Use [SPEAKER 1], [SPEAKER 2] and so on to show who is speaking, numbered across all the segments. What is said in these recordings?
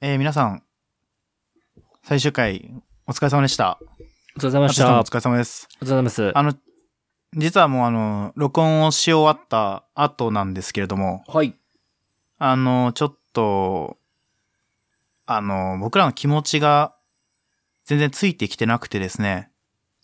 [SPEAKER 1] えー皆さん、最終回、お疲れ様でした。
[SPEAKER 2] お疲れ様でし
[SPEAKER 1] 淳さん
[SPEAKER 2] た。
[SPEAKER 1] も
[SPEAKER 2] お
[SPEAKER 1] お疲れ様です。
[SPEAKER 2] 疲れ様です。
[SPEAKER 1] あの、実はもうあの、録音をし終わった後なんですけれども、
[SPEAKER 2] はい。
[SPEAKER 1] あの、ちょっと、あの、僕らの気持ちが全然ついてきてなくてですね、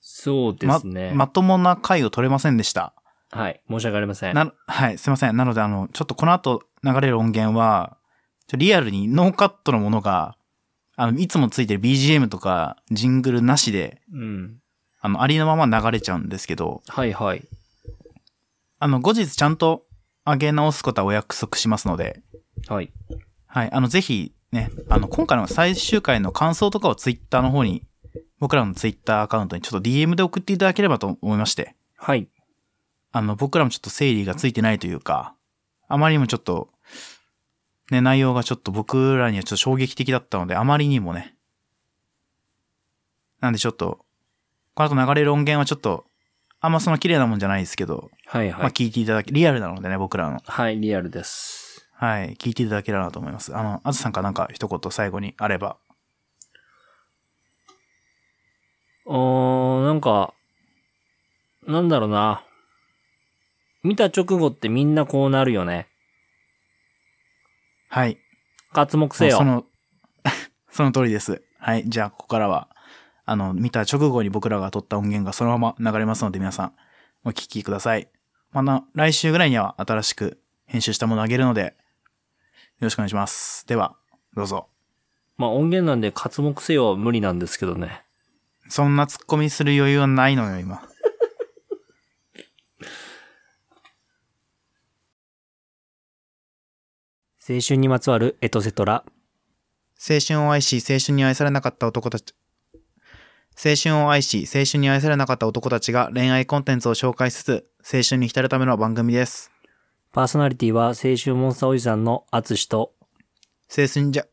[SPEAKER 2] そうで
[SPEAKER 1] ます
[SPEAKER 2] ね。
[SPEAKER 1] まともな回を取れませんでした。
[SPEAKER 2] はい。申し訳ありません。
[SPEAKER 1] な、はい、すいません。なので、あの、ちょっとこの後流れる音源は、ちょリアルにノーカットのものが、あの、いつもついてる BGM とか、ジングルなしで、
[SPEAKER 2] うん。
[SPEAKER 1] あの、ありのまま流れちゃうんですけど、
[SPEAKER 2] はいはい。
[SPEAKER 1] あの、後日ちゃんと上げ直すことはお約束しますので、
[SPEAKER 2] はい。
[SPEAKER 1] はい、あの、ぜひ、ね、あの、今回の最終回の感想とかをツイッターの方に、僕らのツイッターアカウントにちょっと DM で送っていただければと思いまして、
[SPEAKER 2] はい。
[SPEAKER 1] あの、僕らもちょっと整理がついてないというか、あまりにもちょっと、ね、内容がちょっと僕らにはちょっと衝撃的だったので、あまりにもね。なんでちょっと、この後流れる音源はちょっと、あんまその綺麗なもんじゃないですけど、
[SPEAKER 2] はい
[SPEAKER 1] ま
[SPEAKER 2] は
[SPEAKER 1] あ
[SPEAKER 2] い。
[SPEAKER 1] 聞いていただき、リアルなのでね、僕らの。
[SPEAKER 2] はい、リアルです。
[SPEAKER 1] はい、聞いていただければなと思います。あの、あずさんからなんか一言最後にあれば。
[SPEAKER 2] うーん、なんか、なんだろうな。見た直後ってみんなこうなるよね。
[SPEAKER 1] はい。
[SPEAKER 2] 活目せ
[SPEAKER 1] そ
[SPEAKER 2] よ。
[SPEAKER 1] の、 その通りです。はい、じゃあここからは、あの、見た直後に僕らが撮った音源がそのまま流れますので皆さん、お聞きください。また、来週ぐらいには新しく編集したものをあげるので、よろしくお願いします。では、どうぞ。
[SPEAKER 2] まあ音源なんで活目せよは無理なんですけどね。
[SPEAKER 1] そんな突っ込みする余裕はないのよ、今。
[SPEAKER 2] 青春にまつわるエトセトラ。
[SPEAKER 1] 青春を愛し、青春に愛されなかった男たち。青春を愛し、青春に愛されなかった男たちが恋愛コンテンツを紹介しつつ、青春に浸るための番組です。
[SPEAKER 2] パーソナリティは青春モンスターおじさんのアツシと、
[SPEAKER 1] 青春じゃ、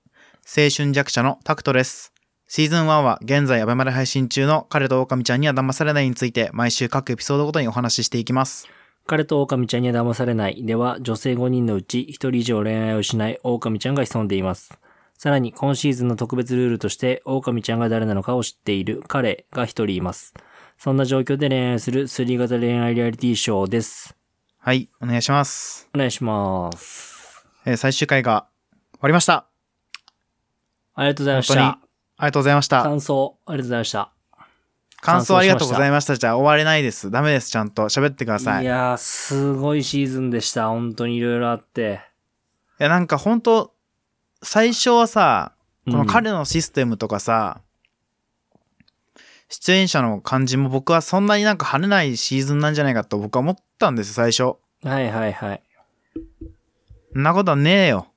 [SPEAKER 1] 青春弱者のタクトです。シーズン1は現在アベマで配信中の彼と狼ちゃんには騙されないについて毎週各エピソードごとにお話ししていきます。
[SPEAKER 2] 彼と狼ちゃんには騙されないでは女性5人のうち1人以上恋愛をしない狼ちゃんが潜んでいます。さらに今シーズンの特別ルールとして狼ちゃんが誰なのかを知っている彼が1人います。そんな状況で恋愛をする3型恋愛リアリティショーです。
[SPEAKER 1] はい、お願いします。
[SPEAKER 2] お願いします。
[SPEAKER 1] えー最終回が終わりました。
[SPEAKER 2] ありがとうございま
[SPEAKER 1] 本
[SPEAKER 2] し
[SPEAKER 1] 当にあ
[SPEAKER 2] た。
[SPEAKER 1] りがとうございました。
[SPEAKER 2] 感想ありがとうございました。
[SPEAKER 1] 感
[SPEAKER 2] 感
[SPEAKER 1] 想
[SPEAKER 2] 想
[SPEAKER 1] あ
[SPEAKER 2] あ
[SPEAKER 1] り
[SPEAKER 2] り
[SPEAKER 1] が
[SPEAKER 2] が
[SPEAKER 1] と
[SPEAKER 2] と
[SPEAKER 1] う
[SPEAKER 2] う
[SPEAKER 1] ご
[SPEAKER 2] ご
[SPEAKER 1] ざ
[SPEAKER 2] ざ
[SPEAKER 1] いました。じゃあ終われないです。ダメです。ちゃんと喋ってください。
[SPEAKER 2] い
[SPEAKER 1] いや、
[SPEAKER 2] やー、すごいシーズンでした。本当にいろいろあって。
[SPEAKER 1] なんか本当最初はさ、こ
[SPEAKER 2] う
[SPEAKER 1] の
[SPEAKER 2] ん
[SPEAKER 1] 彼のシステムとかさ、出演者の感じも僕はそんなになんか跳ねないシーズンなんじゃないかと僕は思ったんですよ、最初。
[SPEAKER 2] はいはいはい。
[SPEAKER 1] そんなことはねえよ。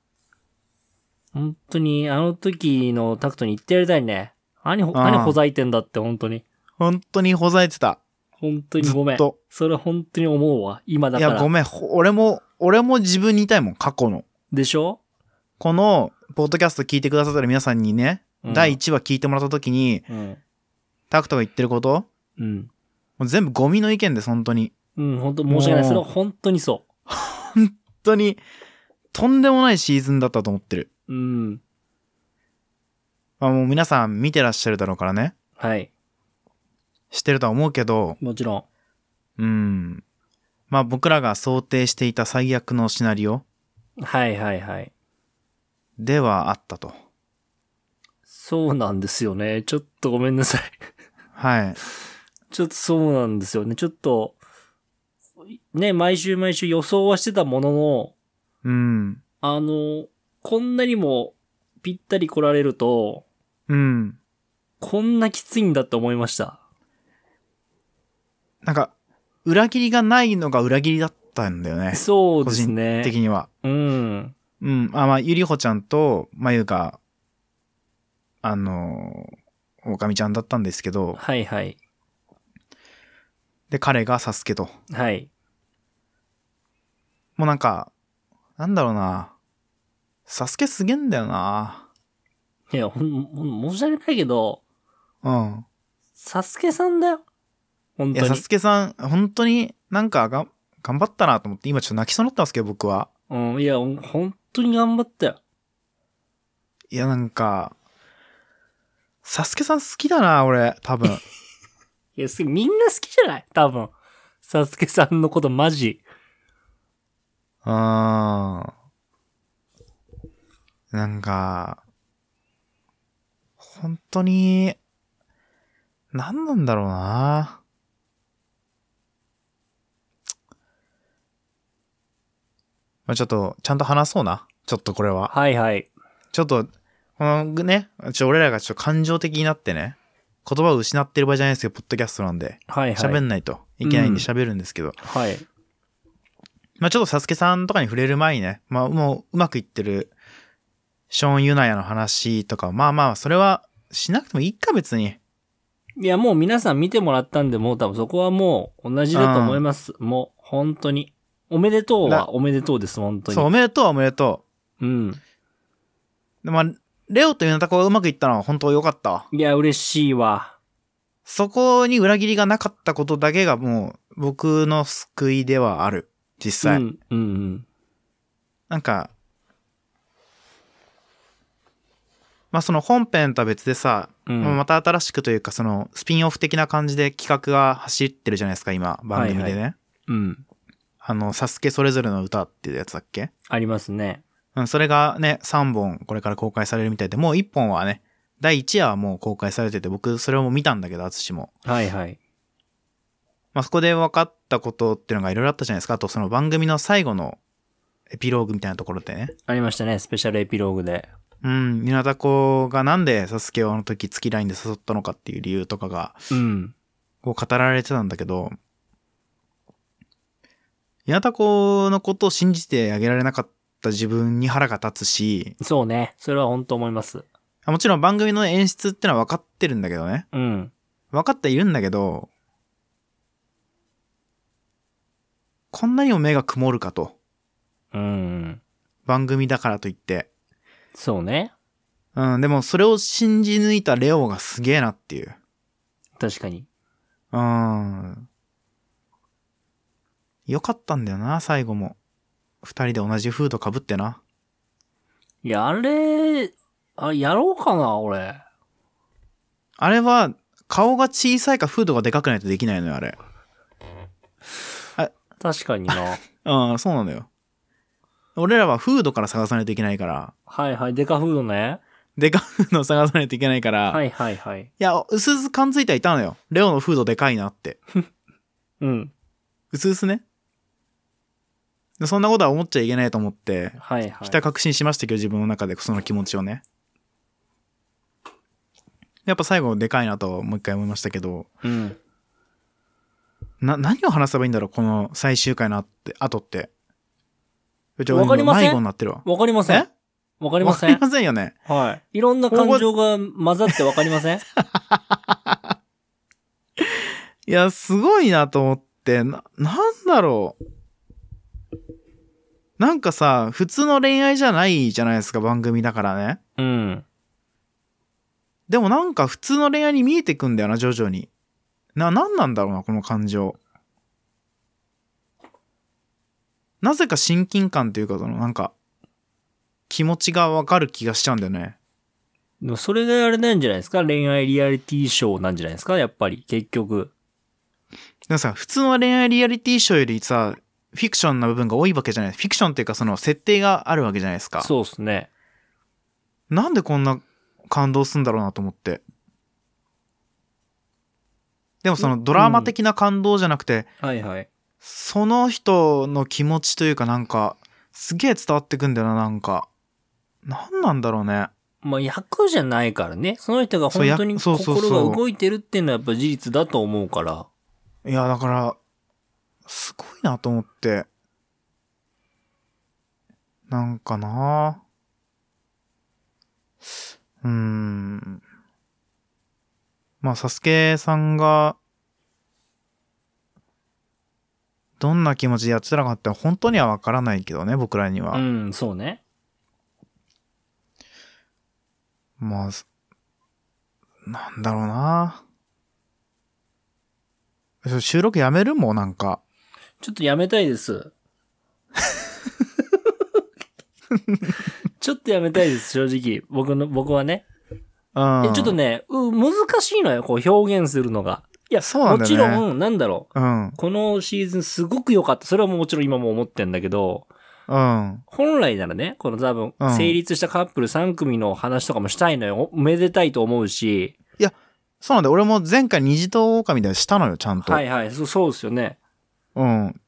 [SPEAKER 2] 本当に、あの時のタクトに言ってやりたいね。何ほ、
[SPEAKER 1] ああ
[SPEAKER 2] 何ほざいてんだって、本当に。
[SPEAKER 1] 本当にほざいてた。
[SPEAKER 2] 本当にごめ
[SPEAKER 1] ず
[SPEAKER 2] ん
[SPEAKER 1] っと。
[SPEAKER 2] それ本当に思うわ。今だ
[SPEAKER 1] い
[SPEAKER 2] か
[SPEAKER 1] や、
[SPEAKER 2] ら。
[SPEAKER 1] ごめん。ほ俺も、俺も自分にいたいもん、過去の。
[SPEAKER 2] でしょ、
[SPEAKER 1] この、ポッドキャスト聞いてくださってる皆さんにね、
[SPEAKER 2] うん
[SPEAKER 1] 第1話聞いてもらった時に、
[SPEAKER 2] うん。
[SPEAKER 1] タクトが言ってること、
[SPEAKER 2] うん。
[SPEAKER 1] もう全部ゴミの意見です、本当に。
[SPEAKER 2] うん、本当申し訳ない。
[SPEAKER 1] もう
[SPEAKER 2] それは本当にそ
[SPEAKER 1] 本当に、とんでもないシーズンだったと思ってる。
[SPEAKER 2] う。うん。
[SPEAKER 1] まあもう皆さん見てらっしゃるだろうからね。
[SPEAKER 2] はい。
[SPEAKER 1] 知ってるとは思うけど、
[SPEAKER 2] もちろん。
[SPEAKER 1] うん。まあ僕らが想定していた最悪のシナリオ
[SPEAKER 2] はいはいはい。
[SPEAKER 1] ではあったと。
[SPEAKER 2] そうなんですよね。ちょっとごめんなさい。
[SPEAKER 1] はい。
[SPEAKER 2] ちょっとそうなんですよね。ちょっと、ね、毎週毎週予想はしてたものの、
[SPEAKER 1] うん。
[SPEAKER 2] あの、こんなにもぴったり来られると、
[SPEAKER 1] うん。
[SPEAKER 2] こんなきついんだって思いました。
[SPEAKER 1] なんか、裏切りがないのが裏切りだったんだよね。
[SPEAKER 2] そうですね。
[SPEAKER 1] 的には。
[SPEAKER 2] うん。
[SPEAKER 1] うん。あ、まあ、ゆりほちゃんと、まゆが、あのー、おかみちゃんだったんですけど、
[SPEAKER 2] はいはい。
[SPEAKER 1] で、彼がサスケと。
[SPEAKER 2] はい。
[SPEAKER 1] もうなんか、なんだろうな。サスケすげえんだよな。
[SPEAKER 2] いや、ほん、ほん申し訳ないけど、
[SPEAKER 1] うん。
[SPEAKER 2] サスケさんだよ。本
[SPEAKER 1] いや、
[SPEAKER 2] 当
[SPEAKER 1] サ
[SPEAKER 2] に
[SPEAKER 1] ス。ケさん、本当になんかがん、頑張ったなと思って、今ちょっと泣きそうになったんですけど、僕は。
[SPEAKER 2] うん、いや、ほん本当に頑張ったよ。
[SPEAKER 1] いや、なんか、サスケさん好きだな、俺、多 分。
[SPEAKER 2] いや、すみんな好きじゃない多分。サスケさんのことマジ。
[SPEAKER 1] うーん。なんか、本当に、何なんだろうな。まあ、ちょっと、ちゃんと話そうな。ちょっとこれは。
[SPEAKER 2] はいはい。
[SPEAKER 1] ちょっと、このね、ちょ俺らがちょっと感情的になってね、言葉を失ってる場合じゃないですけど、ポッドキャストなんで、
[SPEAKER 2] はいはい。
[SPEAKER 1] 喋んないといけないんで喋るんですけど、
[SPEAKER 2] はい。
[SPEAKER 1] まあちょっとサスケさんとかに触れる前にね、まあもううまくいってる、ショーン・ユナヤの話とか、まあまあ、それはしなくてもいいか別に。
[SPEAKER 2] いや、もう皆さん見てもらったんで、もう多分そこはもう同じだと思います。もう、本当に。おめでとう
[SPEAKER 1] な
[SPEAKER 2] はおめでとうです、本当に。
[SPEAKER 1] そう、おめでとうおめでと
[SPEAKER 2] うん。
[SPEAKER 1] う。でまあ、レオとユナタコがうまくいったのは本当良かったわ。
[SPEAKER 2] いや、嬉しいわ。
[SPEAKER 1] そこに裏切りがなかったことだけがもう僕の救いではある。実際。
[SPEAKER 2] うん、うん、うん。
[SPEAKER 1] なんか、まあその本編とは別でさ、
[SPEAKER 2] うん
[SPEAKER 1] まあまた新しくというかそのスピンオフ的な感じで企画が走ってるじゃないですか、今、番組でね。
[SPEAKER 2] はいうん。
[SPEAKER 1] あの、サスケそれぞれの歌ってやつだっけ
[SPEAKER 2] ありますね。
[SPEAKER 1] うん、それがね、3本これから公開されるみたいで、もう1本はね、第1夜はもう公開されてて、僕それをもう見たんだけど、淳も。
[SPEAKER 2] はいはい。
[SPEAKER 1] まあそこで分かったことっていうのがいろいろあったじゃないですか。あとその番組の最後のエピローグみたいなところでね。
[SPEAKER 2] ありましたね、スペシャルエピローグで。
[SPEAKER 1] うん、ニナタコがなんでサスケをあの時月ラインで誘ったのかっていう理由とかが、
[SPEAKER 2] うん。
[SPEAKER 1] こう語られてたんだけど、ニナタコのことを信じてあげられなかった自分に腹が立つし、
[SPEAKER 2] そうね。それは本当思います。
[SPEAKER 1] あもちろん番組の演出ってのは分かってるんだけどね。
[SPEAKER 2] うん。
[SPEAKER 1] 分かっているんだけど、こんなにも目が曇るかと。
[SPEAKER 2] うん。
[SPEAKER 1] 番組だからといって。
[SPEAKER 2] そうね。
[SPEAKER 1] うん、でもそれを信じ抜いたレオがすげえなっていう。
[SPEAKER 2] 確かに。
[SPEAKER 1] うん。よかったんだよな、最後も。二人で同じフード被ってな。
[SPEAKER 2] いや、あれ、あ、やろうかな、俺。
[SPEAKER 1] あれは、顔が小さいかフードがでかくないとできないのよ、あれ。
[SPEAKER 2] 確かにな。
[SPEAKER 1] うん、そうなのよ。俺らはフードから探さないといけないから。
[SPEAKER 2] はいはい。デカフードね。
[SPEAKER 1] でかいの探さないといけないから、、
[SPEAKER 2] はいいはいはい。
[SPEAKER 1] や、うすうす感づいてはいたのよ。レオのフードでかいなって。
[SPEAKER 2] うん。
[SPEAKER 1] うすうすね。でそんなことは思っちゃいけないと思って、
[SPEAKER 2] はいはい
[SPEAKER 1] ひ。た確信しましたけど、自分の中でその気持ちをね。やっぱ最後でかいなともう一回思いましたけど、
[SPEAKER 2] うん。
[SPEAKER 1] な、何を話せばいいんだろうこの最終回のあって、後って。ちょ
[SPEAKER 2] わかりません
[SPEAKER 1] 迷子になってるわ。
[SPEAKER 2] わかりません
[SPEAKER 1] え。
[SPEAKER 2] わかり
[SPEAKER 1] わ
[SPEAKER 2] ま
[SPEAKER 1] か
[SPEAKER 2] せ
[SPEAKER 1] り
[SPEAKER 2] ん。
[SPEAKER 1] ませんよね。
[SPEAKER 2] はい。いろんな感情が混ざってわかりませ ん。
[SPEAKER 1] いや、すごいなと思って、な、なんだろう。なんかさ、普通の恋愛じゃないじゃないですか、番組だからね。
[SPEAKER 2] うん。
[SPEAKER 1] でもなんか普通の恋愛に見えてくんだよな、徐々に。な、なんなんだろうな、この感情。なぜか親近感というか、その、なんか、気持ちがわかる気がしちゃうんだよね。
[SPEAKER 2] でもそれがあれなんじゃないですか恋愛リアリティショーなんじゃないですかやっぱり、結局。
[SPEAKER 1] でもさ、普通の恋愛リアリティショーよりさ、フィクションな部分が多いわけじゃない。フィクションっていうか、その、設定があるわけじゃないですか。
[SPEAKER 2] そうっすね。
[SPEAKER 1] なんでこんな感動すんだろうなと思って。でもそのドラマ的な感動じゃなくて、
[SPEAKER 2] はいはい。
[SPEAKER 1] その人の気持ちというかなんか、すげえ伝わってくんだよな、なんか。なんなんだろうね。
[SPEAKER 2] まあ、役じゃないからね。その人が
[SPEAKER 1] そう
[SPEAKER 2] 本当に
[SPEAKER 1] 役そうそうそう
[SPEAKER 2] 心が動いてるっていうのはやっぱ事実だと思うから。
[SPEAKER 1] いや、だから、すごいなと思って。なんかなうーん。まあ、サスケさんが、どんな気持ちでやってたのかって本当にはわからないけどね、僕らには。
[SPEAKER 2] うん、そうね。
[SPEAKER 1] まあ、すなんだろうなちょ収録やめるもん、なんか。
[SPEAKER 2] ちょっとやめたいです。ちょっとやめたいです、正直。僕の、僕はね。
[SPEAKER 1] う
[SPEAKER 2] え
[SPEAKER 1] ん。
[SPEAKER 2] ちょっとね、う難しいのよ、こう表現するのが。いや、
[SPEAKER 1] そうなんだよね
[SPEAKER 2] もちろん、なんだろ
[SPEAKER 1] うん
[SPEAKER 2] う。。このシーズンすごく良かった。それはもうもちろん今も思ってんだけど、
[SPEAKER 1] うん。
[SPEAKER 2] 本来ならね、この多分
[SPEAKER 1] うん、
[SPEAKER 2] 成立したカップル3組の話とかもしたいのよ。おめでたいと思うし。
[SPEAKER 1] そうなんで、俺も前回虹と狼でしたのよ、ちゃんと。
[SPEAKER 2] はいはい、そうそうですよね。
[SPEAKER 1] うん。
[SPEAKER 2] だか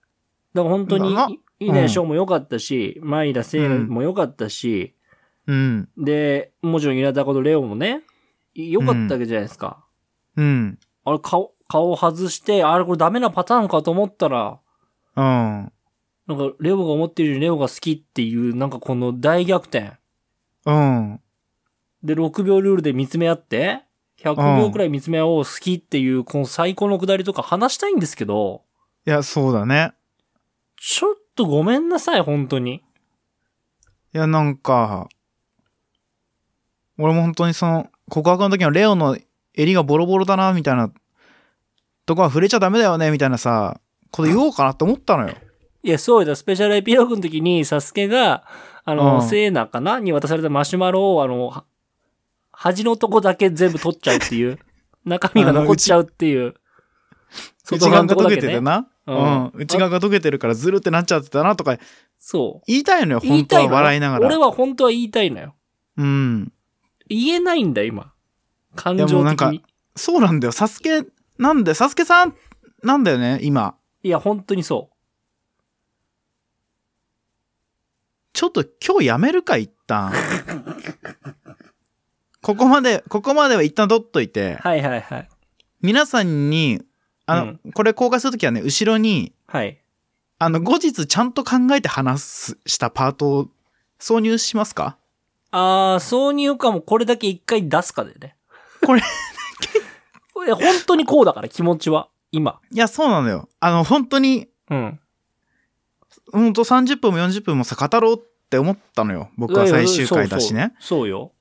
[SPEAKER 2] ら本当に
[SPEAKER 1] な、
[SPEAKER 2] いいね、
[SPEAKER 1] うん
[SPEAKER 2] ショーも良かったし、マイラ、セイラも良かったし、
[SPEAKER 1] うん。
[SPEAKER 2] で、もちろん稲田ことレオもね、良かったわけじゃないですか。
[SPEAKER 1] うん。
[SPEAKER 2] あれ、顔、顔外して、あれこれダメなパターンかと思ったら、
[SPEAKER 1] うん。
[SPEAKER 2] なんか、レオが思ってるよりレオが好きっていう、なんかこの大逆転。
[SPEAKER 1] うん。
[SPEAKER 2] で、6秒ルールで見つめ合って、100秒くらい見つめ合おう好きっていう、この最高のくだりとか話したいんですけど、
[SPEAKER 1] いや、そうだね。
[SPEAKER 2] ちょっとごめんなさい、本当に。
[SPEAKER 1] いや、なんか、俺も本当にその、告白の時のレオの襟がボロボロだな、みたいな、とこは触れちゃダメだよね、みたいなさ、こと言おうかなって思ったのよ。
[SPEAKER 2] いや、そうだ、スペシャルエピローグの時に、サスケが、あ
[SPEAKER 1] う
[SPEAKER 2] の、
[SPEAKER 1] ん
[SPEAKER 2] セーナかなに渡されたマシュマロを、あの、は端のとこだけ全部取っちゃうっ ていう。中身が残っちゃうっていう。
[SPEAKER 1] 内側が溶けてたな。
[SPEAKER 2] う
[SPEAKER 1] うんん。内側が溶けてるからずるってなっちゃってたな、とか
[SPEAKER 2] そう。
[SPEAKER 1] 言いたいのよ、
[SPEAKER 2] 言
[SPEAKER 1] 本
[SPEAKER 2] い
[SPEAKER 1] 当
[SPEAKER 2] たい
[SPEAKER 1] は
[SPEAKER 2] の
[SPEAKER 1] 笑いなが
[SPEAKER 2] 俺
[SPEAKER 1] ら。
[SPEAKER 2] は本当は言いたいのよ。
[SPEAKER 1] うん。
[SPEAKER 2] 言えないんだよ、今。感情
[SPEAKER 1] いやもうなん
[SPEAKER 2] 的
[SPEAKER 1] か
[SPEAKER 2] に。いや、
[SPEAKER 1] そうなんだよ、サスケ、なんだよ、サスケさん、なんだよね、今。
[SPEAKER 2] 本当にそ
[SPEAKER 1] ちょっと今日やめるか、一 旦。ここまで、ここまでは一旦取っといて。
[SPEAKER 2] う。はいはいはい。
[SPEAKER 1] 皆さんに、あの、これ公開するときはね、後ろに、
[SPEAKER 2] はい。
[SPEAKER 1] あの、後日ちゃんと考えて話す、したパートを挿入しますか
[SPEAKER 2] あー、挿入歌もこれだけ一回出すかでね。
[SPEAKER 1] これ
[SPEAKER 2] これ本当にこうだから、気持ちは。今。
[SPEAKER 1] いや、そうなのよ。あの、本当に、
[SPEAKER 2] うん。
[SPEAKER 1] 本当30分も40分もさ、語ろうって思ったのよ。僕はい
[SPEAKER 2] やい
[SPEAKER 1] 最
[SPEAKER 2] や
[SPEAKER 1] 終回だしね。
[SPEAKER 2] そうそうそうよ。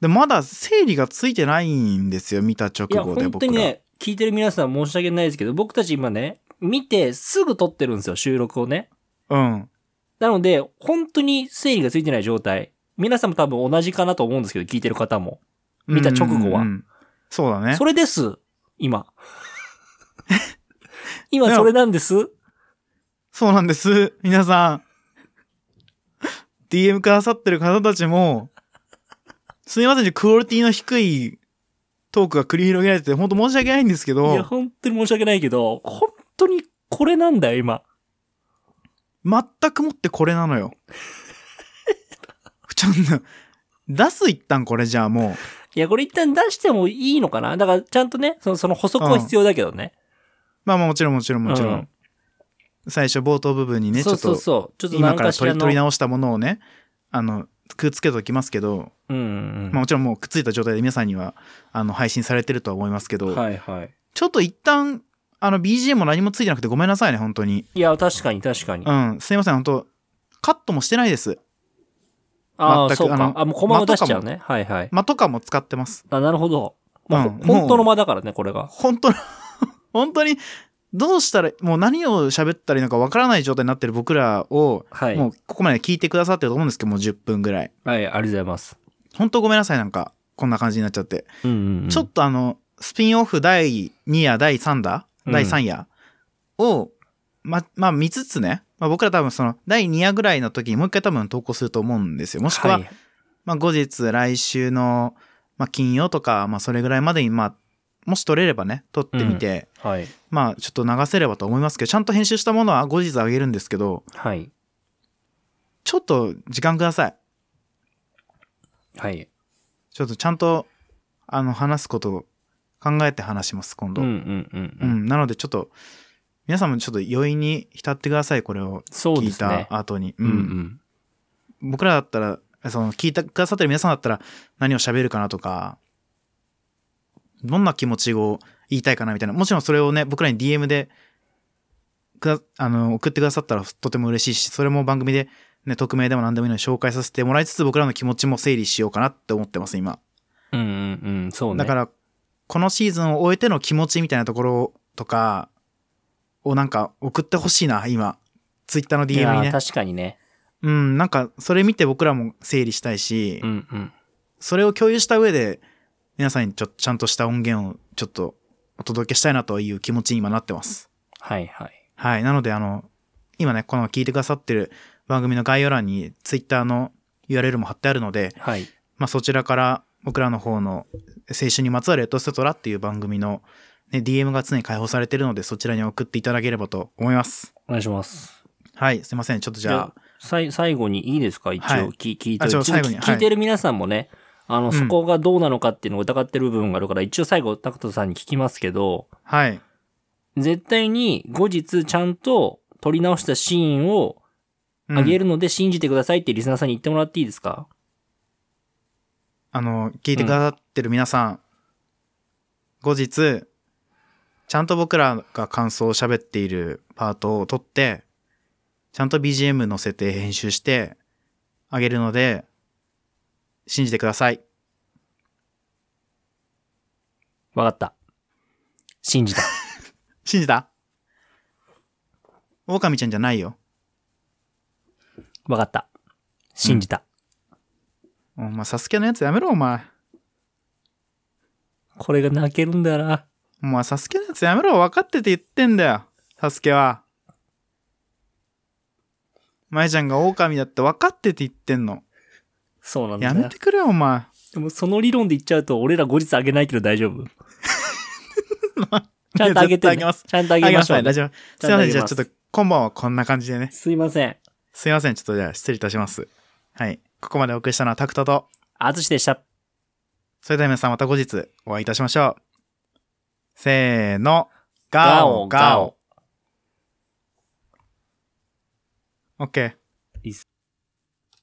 [SPEAKER 1] で、まだ整理がついてないんですよ、見た直
[SPEAKER 2] いや、
[SPEAKER 1] 後で
[SPEAKER 2] 本
[SPEAKER 1] 僕
[SPEAKER 2] 当
[SPEAKER 1] ら。
[SPEAKER 2] にね、聞いてる皆さん申し訳ないですけど、僕たち今ね、見てすぐ撮ってるんですよ、収録をね。
[SPEAKER 1] うん。
[SPEAKER 2] なので、本当に整理がついてない状態。皆さんも多分同じかなと思うんですけど、聞いてる方も。見た直後は
[SPEAKER 1] うんうんうんそうだね
[SPEAKER 2] そ。れです。 今。今
[SPEAKER 1] でも
[SPEAKER 2] それなんです。
[SPEAKER 1] そうなんです。皆さん。DM くださってる方たちも、すいません、クオリティの低いトークが繰り広げられてて、本当申し訳ないんですけ
[SPEAKER 2] いや、
[SPEAKER 1] ど、
[SPEAKER 2] 本当に申し訳ないけど、本当にこれなんだよ、今。
[SPEAKER 1] 全くもってこれなのよ。ちょっと、出す一旦これじゃあもう。
[SPEAKER 2] いや、これ一旦出してもいいのかなだから、ちゃんとね、その、その補足は必要だけどね。
[SPEAKER 1] まあまあもちろんもちろんもちろん。
[SPEAKER 2] うん
[SPEAKER 1] 最初冒頭部分にね、ちょ
[SPEAKER 2] そう
[SPEAKER 1] っ
[SPEAKER 2] そう
[SPEAKER 1] と
[SPEAKER 2] そう。ちょっとな
[SPEAKER 1] 今
[SPEAKER 2] ん
[SPEAKER 1] から
[SPEAKER 2] かし
[SPEAKER 1] 取
[SPEAKER 2] ら
[SPEAKER 1] り
[SPEAKER 2] の。
[SPEAKER 1] 取り直したものをね、あの、くっつけておきますけど、
[SPEAKER 2] うんうん
[SPEAKER 1] まあもちろんもうくっついた状態で皆さんには、あの、配信されてるとは思いますけど、
[SPEAKER 2] うん。はいはい。
[SPEAKER 1] ちょっと一旦、あの、BGM も何もついてなくてごめんなさいね、本当に。
[SPEAKER 2] いや、確かに確かに。
[SPEAKER 1] うん、すいません、本当カットもしてないです。
[SPEAKER 2] ああ、
[SPEAKER 1] 全く
[SPEAKER 2] そう
[SPEAKER 1] あ
[SPEAKER 2] か。
[SPEAKER 1] の
[SPEAKER 2] あ、もうコマを出しちゃうね。はいはい。
[SPEAKER 1] 間とかも使ってます。
[SPEAKER 2] あ、なるほど。まあ、
[SPEAKER 1] うん
[SPEAKER 2] ほ本当の間だからね、これが。
[SPEAKER 1] 本当の 本当に、どうしたら、もう何を喋ったらいいのかわからない状態になってる僕らを、
[SPEAKER 2] はい。
[SPEAKER 1] もうここまで聞いてくださってると思うんですけど、もう10分ぐらい。
[SPEAKER 2] はい、ありがとうございます。
[SPEAKER 1] 本当ごめんなさい、なんか、こんな感じになっちゃって。
[SPEAKER 2] うんうんうん。
[SPEAKER 1] ちょっとあの、スピンオフ第2夜、第3打、
[SPEAKER 2] うん
[SPEAKER 1] 第3夜を、ま、まあ見つつね、まあ、僕ら多分その第2夜ぐらいの時にもう一回多分投稿すると思うんですよ。もしくは、
[SPEAKER 2] い
[SPEAKER 1] まあ後日来週の、まあ金曜とか、まあそれぐらいまでに、まあ、もし撮れればね、撮ってみて、
[SPEAKER 2] はい。
[SPEAKER 1] まあちょっと流せればと思いますけど、ちゃんと編集したものは後日あげるんですけど、
[SPEAKER 2] はい。
[SPEAKER 1] ちょっと時間ください。
[SPEAKER 2] はい。
[SPEAKER 1] ちょっとちゃんと、あの、話すことを考えて話します、今
[SPEAKER 2] う
[SPEAKER 1] 度。
[SPEAKER 2] んうんうん
[SPEAKER 1] う、
[SPEAKER 2] うんん。
[SPEAKER 1] なのでちょっと、皆さんもちょっと余韻に浸ってください、これを
[SPEAKER 2] そう
[SPEAKER 1] 聞
[SPEAKER 2] で
[SPEAKER 1] い
[SPEAKER 2] すね。
[SPEAKER 1] た後に。う
[SPEAKER 2] うん
[SPEAKER 1] ん
[SPEAKER 2] うん。
[SPEAKER 1] 僕らだったら、その聞いてくださってる皆さんだったら何を喋るかなとか、どんな気持ちを言いたいかなみたいな。もちろんそれをね、僕らに DM でくだ、あの、送ってくださったらとても嬉しいし、それも番組で、ね、匿名でも何でもいいので紹介させてもらいつつ僕らの気持ちも整理しようかなって思ってます、今。
[SPEAKER 2] うんうんうん。そうね。
[SPEAKER 1] だから、このシーズンを終えての気持ちみたいなところとかをなんか送ってほしいな、今。ツイッターの
[SPEAKER 2] い
[SPEAKER 1] DM
[SPEAKER 2] や
[SPEAKER 1] に
[SPEAKER 2] ー
[SPEAKER 1] ね。
[SPEAKER 2] 確かにね。
[SPEAKER 1] うん、なんか、それ見て僕らも整理したいし、
[SPEAKER 2] うんうん。
[SPEAKER 1] それを共有した上で、皆さんにちょっとちゃんとした音源をちょっとお届けしたいなという気持ちに今なってます。
[SPEAKER 2] はいはい。
[SPEAKER 1] はい。なので、あの、今ね、この聞いてくださってる番組の概要欄に Twitter の URL も貼ってあるので、
[SPEAKER 2] はい。
[SPEAKER 1] まあそちらから僕らの方の青春にまつわるエトセトラっていう番組の、ね、DM が常に開放されてるので、そちらに送っていただければと思います。
[SPEAKER 2] お願いします。
[SPEAKER 1] はい。すいません。ちょっとじゃあ、
[SPEAKER 2] さい最後にいいですか一応、
[SPEAKER 1] はい
[SPEAKER 2] き聞いて
[SPEAKER 1] あちょ
[SPEAKER 2] る。ちょっ
[SPEAKER 1] 最
[SPEAKER 2] と
[SPEAKER 1] 後に
[SPEAKER 2] 聞
[SPEAKER 1] はい
[SPEAKER 2] 聞いてる皆さんもね、あの、
[SPEAKER 1] ん
[SPEAKER 2] そこがどうなのかっていうのを疑ってる部分があるから、一応最後、タクトさんに聞きますけど、
[SPEAKER 1] はい。
[SPEAKER 2] 絶対に後日ちゃんと撮り直したシーンを
[SPEAKER 1] うん
[SPEAKER 2] あげるので信じてくださいってリスナーさんに言ってもらっていいですか、
[SPEAKER 1] あの、聞いてくださってる皆さん、後日、ちゃんと僕らが感想を喋っているパートを撮って、ちゃんと BGM 載せて編集してあげるので、信じてください。
[SPEAKER 2] わかった。信じた。
[SPEAKER 1] 信じた狼ちゃんじゃないよ。
[SPEAKER 2] わかった。信じた。
[SPEAKER 1] お前、サスケのやつやめろ、お前。
[SPEAKER 2] これが泣けるんだよな。
[SPEAKER 1] お前、サスケのやつやめろ、分かってて言ってんだよ。サスケは。舞ちゃんが狼だって分かってて言ってんの。
[SPEAKER 2] そうなんだ
[SPEAKER 1] や
[SPEAKER 2] よ
[SPEAKER 1] めてくれよ、お前。
[SPEAKER 2] でもその理論で言っちゃうと、俺ら後日あげないけど大丈夫ちゃんとあげ
[SPEAKER 1] 絶
[SPEAKER 2] て、
[SPEAKER 1] 対あげ
[SPEAKER 2] ね、
[SPEAKER 1] ます
[SPEAKER 2] ちゃんとあげましょう
[SPEAKER 1] あ
[SPEAKER 2] ね、
[SPEAKER 1] 大丈夫。すいません、
[SPEAKER 2] ち
[SPEAKER 1] じ
[SPEAKER 2] ゃ
[SPEAKER 1] ゃ
[SPEAKER 2] んと
[SPEAKER 1] あ
[SPEAKER 2] あげます
[SPEAKER 1] ちょっと、今晩はこんな感じでね。
[SPEAKER 2] すいません。
[SPEAKER 1] すいません、ちょっとじゃあ失礼いたします。はい。ここまでお送りしたのはタクトと、
[SPEAKER 2] あつしでした。
[SPEAKER 1] それでは皆さんまた後日お会いいたしましょう。せーの、ガオガオ。オッケー。